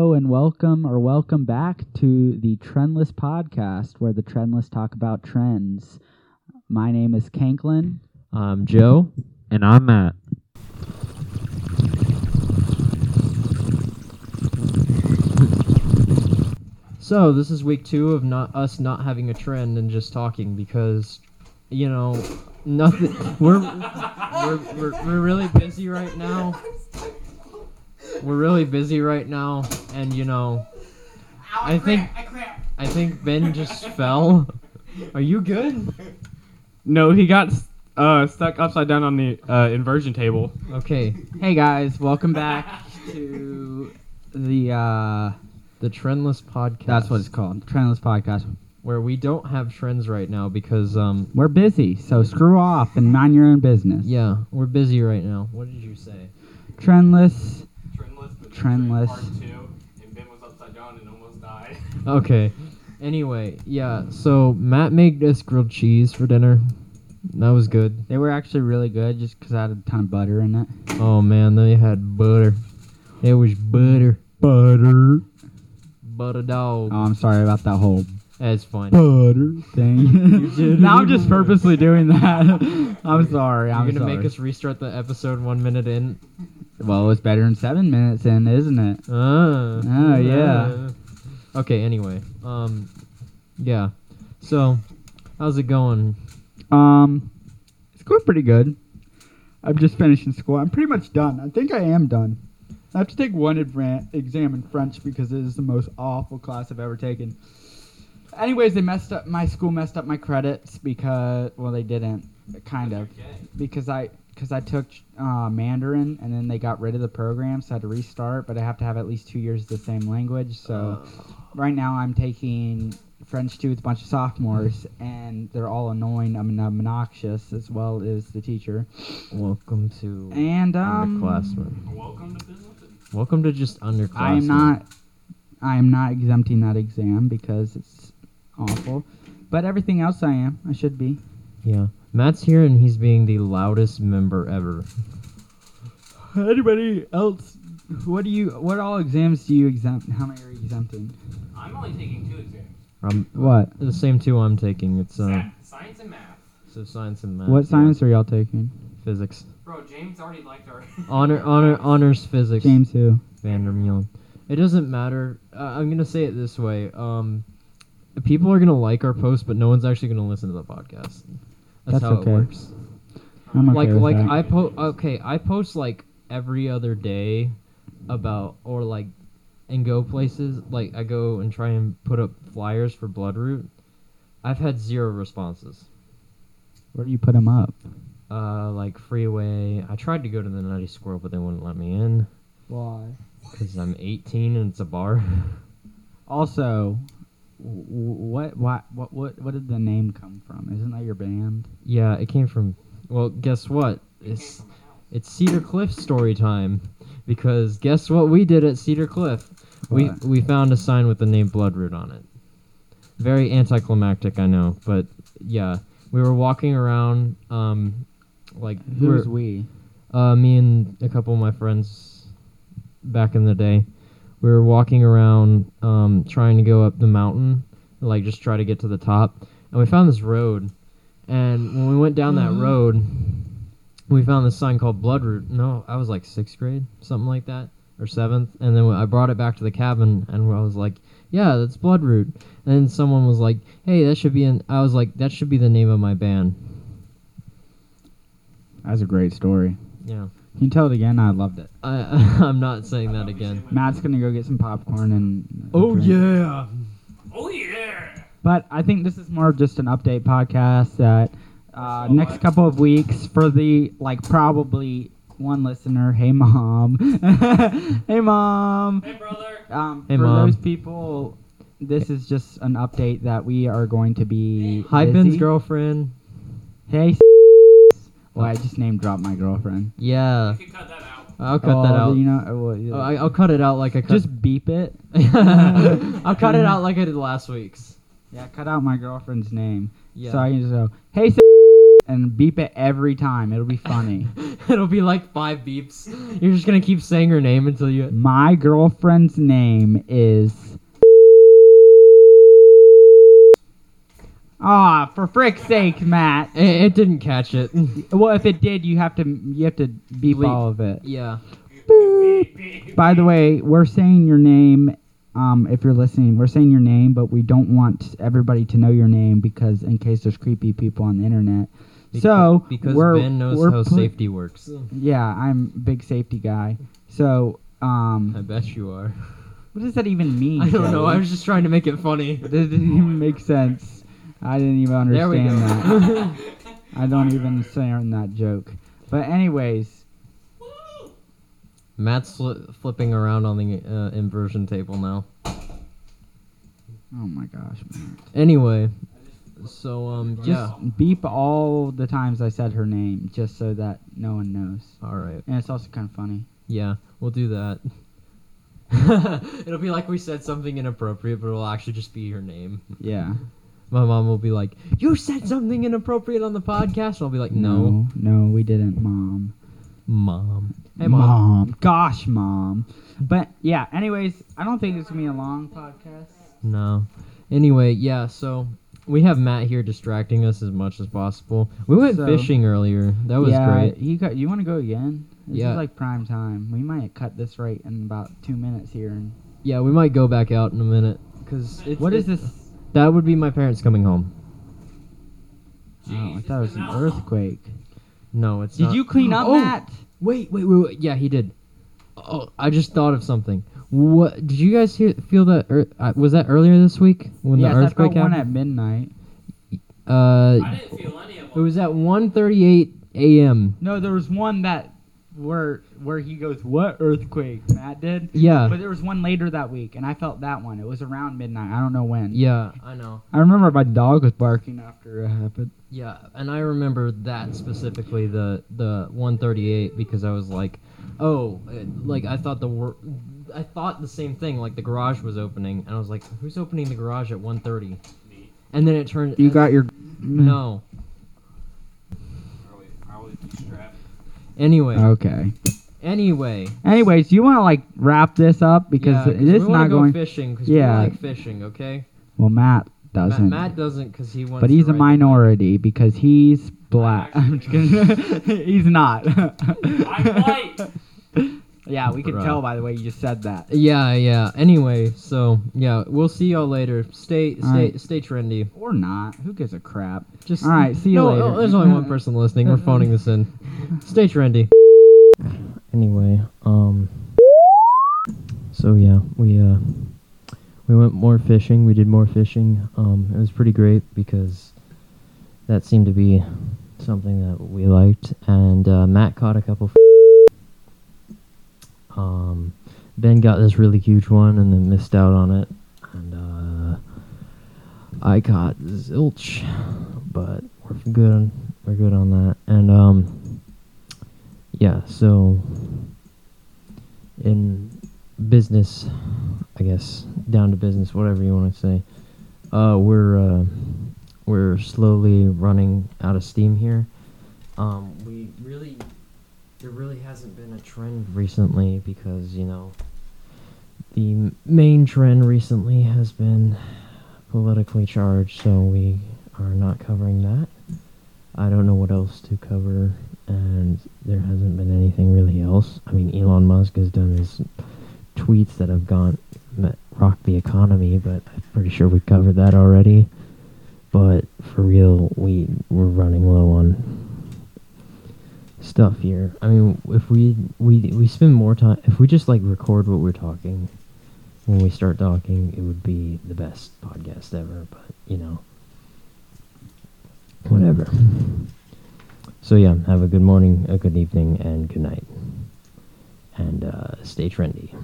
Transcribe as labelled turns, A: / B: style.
A: Welcome or welcome back to the Trendless podcast, where the Trendless talk about trends. My name is Kanklin.
B: I'm Joe. And I'm Matt. So this is week two of not us not having a trend and just talking because, you know, nothing. We're we're, we're, we're really busy right now. We're really busy right now, and you know, I think
C: I cramp.
B: I think Ben just fell. Are you good?
C: No, he got uh, stuck upside down on the uh, inversion table.
B: Okay,
A: Hey guys, welcome back to the uh,
B: the trendless podcast.
A: that's what it's called, Trendless podcast.
B: where we don't have trends right now because um
A: We're busy, so screw off and mind your own business.
B: yeah we're busy right now what did you say
A: Trendless.
C: Trendless. But
A: Trendless.
C: Part two, and Ben was upside down and almost died.
B: okay anyway yeah so matt made us grilled cheese for dinner that was good
A: They were actually really good, just because I had a ton of butter in it.
B: oh man they had butter it was butter butter butter dog
A: Oh, I'm sorry about that whole
B: that's fine
A: butter thing.
B: did
A: now I'm
B: it.
A: just purposely doing that. I'm sorry.
B: you're
A: I'm
B: gonna
A: sorry.
B: make us restart the episode one minute in
A: Well, it's better than seven minutes in, isn't it?
B: Ah.
A: Oh, yeah.
B: Ah. okay anyway um yeah so how's it going
D: Um, it's going pretty good. I'm just finishing school. I'm pretty much done. I think I am done. I have to take one advan- exam in French because it is the most awful class I've ever taken.
A: Anyways, they messed up. My school messed up my credits because, well, they didn't, kind of, because I because I took uh, Mandarin and then they got rid of the program, so I had to restart. But I have to have at least two years of the same language. So right now I'm taking French two with a bunch of sophomores, and they're all annoying. I mean, uh, obnoxious as well as the teacher.
B: Welcome to
A: And um,
B: underclassmen.
C: Welcome to business.
B: Welcome to just underclassmen.
A: I am not. I am not exempting that exam because it's awful. But everything else, I am. I should be.
B: Yeah, Matt's here and he's being the loudest member ever.
D: Anybody else?
A: What do you? What all exams do you exempt? How many are you exempting?
C: I'm only taking two exams.
B: Um,
A: What?
B: the same two I'm taking. It's uh,
C: Sa- science and math.
B: so science and math.
A: What
B: yeah,
A: science are y'all taking?
B: Physics.
C: Bro, James already liked our.
B: Honor, honor, honors physics.
A: James who?
B: Vandermeelen. It doesn't matter. Uh, I'm gonna say it this way. Um, people are gonna like our post, but no one's actually gonna listen to the podcast. That's,
A: That's
B: how
A: okay.
B: it works.
A: I'm okay
B: like
A: with
B: like
A: that.
B: I post okay, I post like every other day about or like and go places like I go and try and put up flyers for Bloodroot. I've had zero responses.
A: Where do you put them up?
B: Uh, like freeway. I tried to go to the Nutty Squirrel, but they wouldn't let me in
D: Why?
B: because I'm 18 and it's a bar.
A: Also, w- what why what what what did the name come from? Isn't that your band?
B: yeah, it came from. Well, guess what? It's it's Cedar Cliff story time because guess what we did at Cedar Cliff? We
A: What?
B: we found a sign with the name Bloodroot on it. Very anticlimactic, I know, but yeah, we were walking around, um, like we
A: Who's
B: were-
A: we?
B: uh, me and a couple of my friends back in the day, we were walking around, um, trying to go up the mountain, like just try to get to the top, and we found this road, and when we went down that road, we found this sign called Bloodroot. No, I was like sixth grade, something like that, or seventh. And then I brought it back to the cabin, and I was like, "Yeah, that's Bloodroot." And then someone was like, "Hey, that should be an." I was like, "That should be the name of my band."
A: That's a great story.
B: Yeah,
A: Can you tell it again? I loved it.
B: I, I'm not saying that again.
A: Matt's gonna go get some popcorn and. a drink.
B: Oh, yeah.
C: Oh yeah.
A: But I think this is more of just an update podcast that uh,
C: That's all
A: next
C: right.
A: couple of weeks for the like probably one listener. Hey mom, hey mom.
C: Hey brother.
A: Um,
B: Hey,
A: for
B: Mom.
A: those people, this is just an update that we are going to be.
B: Hi, Ben's
A: busy.
B: girlfriend.
A: Hey. s- Well, I just name dropped my girlfriend.
B: Yeah,
C: You can cut that out.
B: I'll cut
A: Oh,
B: that out.
A: You know, uh, well, yeah.
B: Oh, I, I'll cut it out like I cut.
A: just beep it.
B: I'll cut it out like I did last week's.
A: Yeah, cut out my girlfriend's name.
B: Yeah.
A: So I can just go, hey, s- and beep it every time. It'll be funny.
B: It'll be like five beeps. You're just gonna keep saying her name until you.
A: My girlfriend's name is. Ah, for frick's sake, Matt.
B: It, it didn't catch it.
A: Well, if it did, you have to you have to beep
B: Bleep.
A: all of it.
B: yeah.
A: By the way, we're saying your name. Um, if you're listening, we're saying your name, but we don't want everybody to know your name because in case there's creepy people on the internet. so
B: Beca- because
A: we're,
B: Ben knows
A: we're
B: how
A: put-
B: safety works.
A: Yeah, I'm a big safety guy. So
B: I
A: um,
B: bet you are.
A: what does that even mean?
B: Uh, I don't
A: Joey?
B: know. I was just trying to make it funny.
A: That didn't even make sense. I didn't even
B: There we
A: understand that.
B: go.
A: I don't even understand that joke. But anyways,
B: Matt's fli flipping around on the uh, inversion table now.
A: oh my gosh, man.
B: Anyway, so um, yeah.
A: Just beep all the times I said her name, just so that no one knows.
B: All right.
A: And it's also kind of funny.
B: Yeah, we'll do that. It'll be like we said something inappropriate, but it'll actually just be her name.
A: Yeah.
B: My mom will be like, "You said something inappropriate on the podcast." I'll be like, "No,
A: No, we didn't, mom.
B: mom. Hey, mom.
A: Gosh, mom. But yeah. Anyways, I don't think it's gonna be a long podcast.
B: No. Anyway, yeah. So we have Matt here distracting us as much as possible. We went
A: So-
B: fishing earlier. That was
A: yeah,
B: great.
A: He got. You want to go again? This
B: Yeah.
A: is like prime time. We might cut this right in about two minutes here. And
B: Yeah, we might go back out in a minute because
A: what is this?
B: That would be my parents coming home.
A: Oh, I thought it was an earthquake. Uh,
B: No, it's
A: Did
B: not.
A: you clean up
B: Oh,
A: that?
B: Wait, wait, wait, wait. Yeah, he did. Oh, I just thought of something. What did you guys hear, feel that? Ear, uh, was that earlier this week when
A: yes,
B: the earthquake
A: I felt one
B: happened?
A: at midnight.
B: uh,
E: didn't feel any of
B: it was at 1:38 a.m.
A: No, there was one that where where he goes, "What earthquake?" Matt did. But
B: Yeah,
A: there was one later that week, and I felt that one. It was around midnight. I don't know when.
B: yeah, I know.
A: I remember my dog was barking after it happened.
B: Yeah, and I remember that specifically the the 138 because I was like, oh, it, like I thought the wor- I thought the same thing. Like the garage was opening, and I was like, who's opening the garage at 1:30?
E: Me.
B: And then it turned.
A: You got your
B: no.
E: Are we, are we strapped?
B: Anyway,
A: okay.
B: anyway,
A: Anyways, you want to like wrap this up because
B: yeah,
A: it is
B: we wanna
A: not
B: go
A: going.
B: fishing because
A: Yeah.
B: we like fishing. Okay,
A: well, Matt
B: Matt,
A: doesn't,
B: Matt doesn't because he wants.
A: but
B: to
A: he's a
B: ride the bike.
A: minority because he's black. I'm just kidding. he's not.
E: I'm white!
A: yeah, we can
B: Bruh.
A: tell by the way you just said that.
B: Yeah, yeah. Anyway, so yeah, we'll see y'all later. Stay, stay,
A: Alright.
B: stay trendy.
A: Or not. Who gives a crap?
B: Just
A: All right, see you
B: no,
A: later.
B: no, there's only one person listening. We're phoning this in. Stay trendy. Anyway, um, so yeah, we uh, we went more fishing. We did more fishing. Um, it was pretty great because that seemed to be something that we liked. And uh, Matt caught a couple. F- um, Ben got this really huge one and then missed out on it. And uh, I caught zilch but we're good on we're good on that. And um yeah, so in business, I guess, down to business, whatever you want to say. Uh we're uh we're slowly running out of steam here. Um we really there really hasn't been a trend recently because, you know, the m- main trend recently has been politically charged, so we are not covering that. I don't know what else to cover, and there hasn't been anything really else. I mean, Elon Musk has done his tweets that have gone that rocked the economy, but I'm pretty sure we covered that already. But for real, we we're running low on stuff here. I mean, if we we we spend more time, if we just like record what we're talking when we start talking, it would be the best podcast ever. But you know, whatever. So yeah, have a good morning, a good evening, and good night. And uh, stay trendy.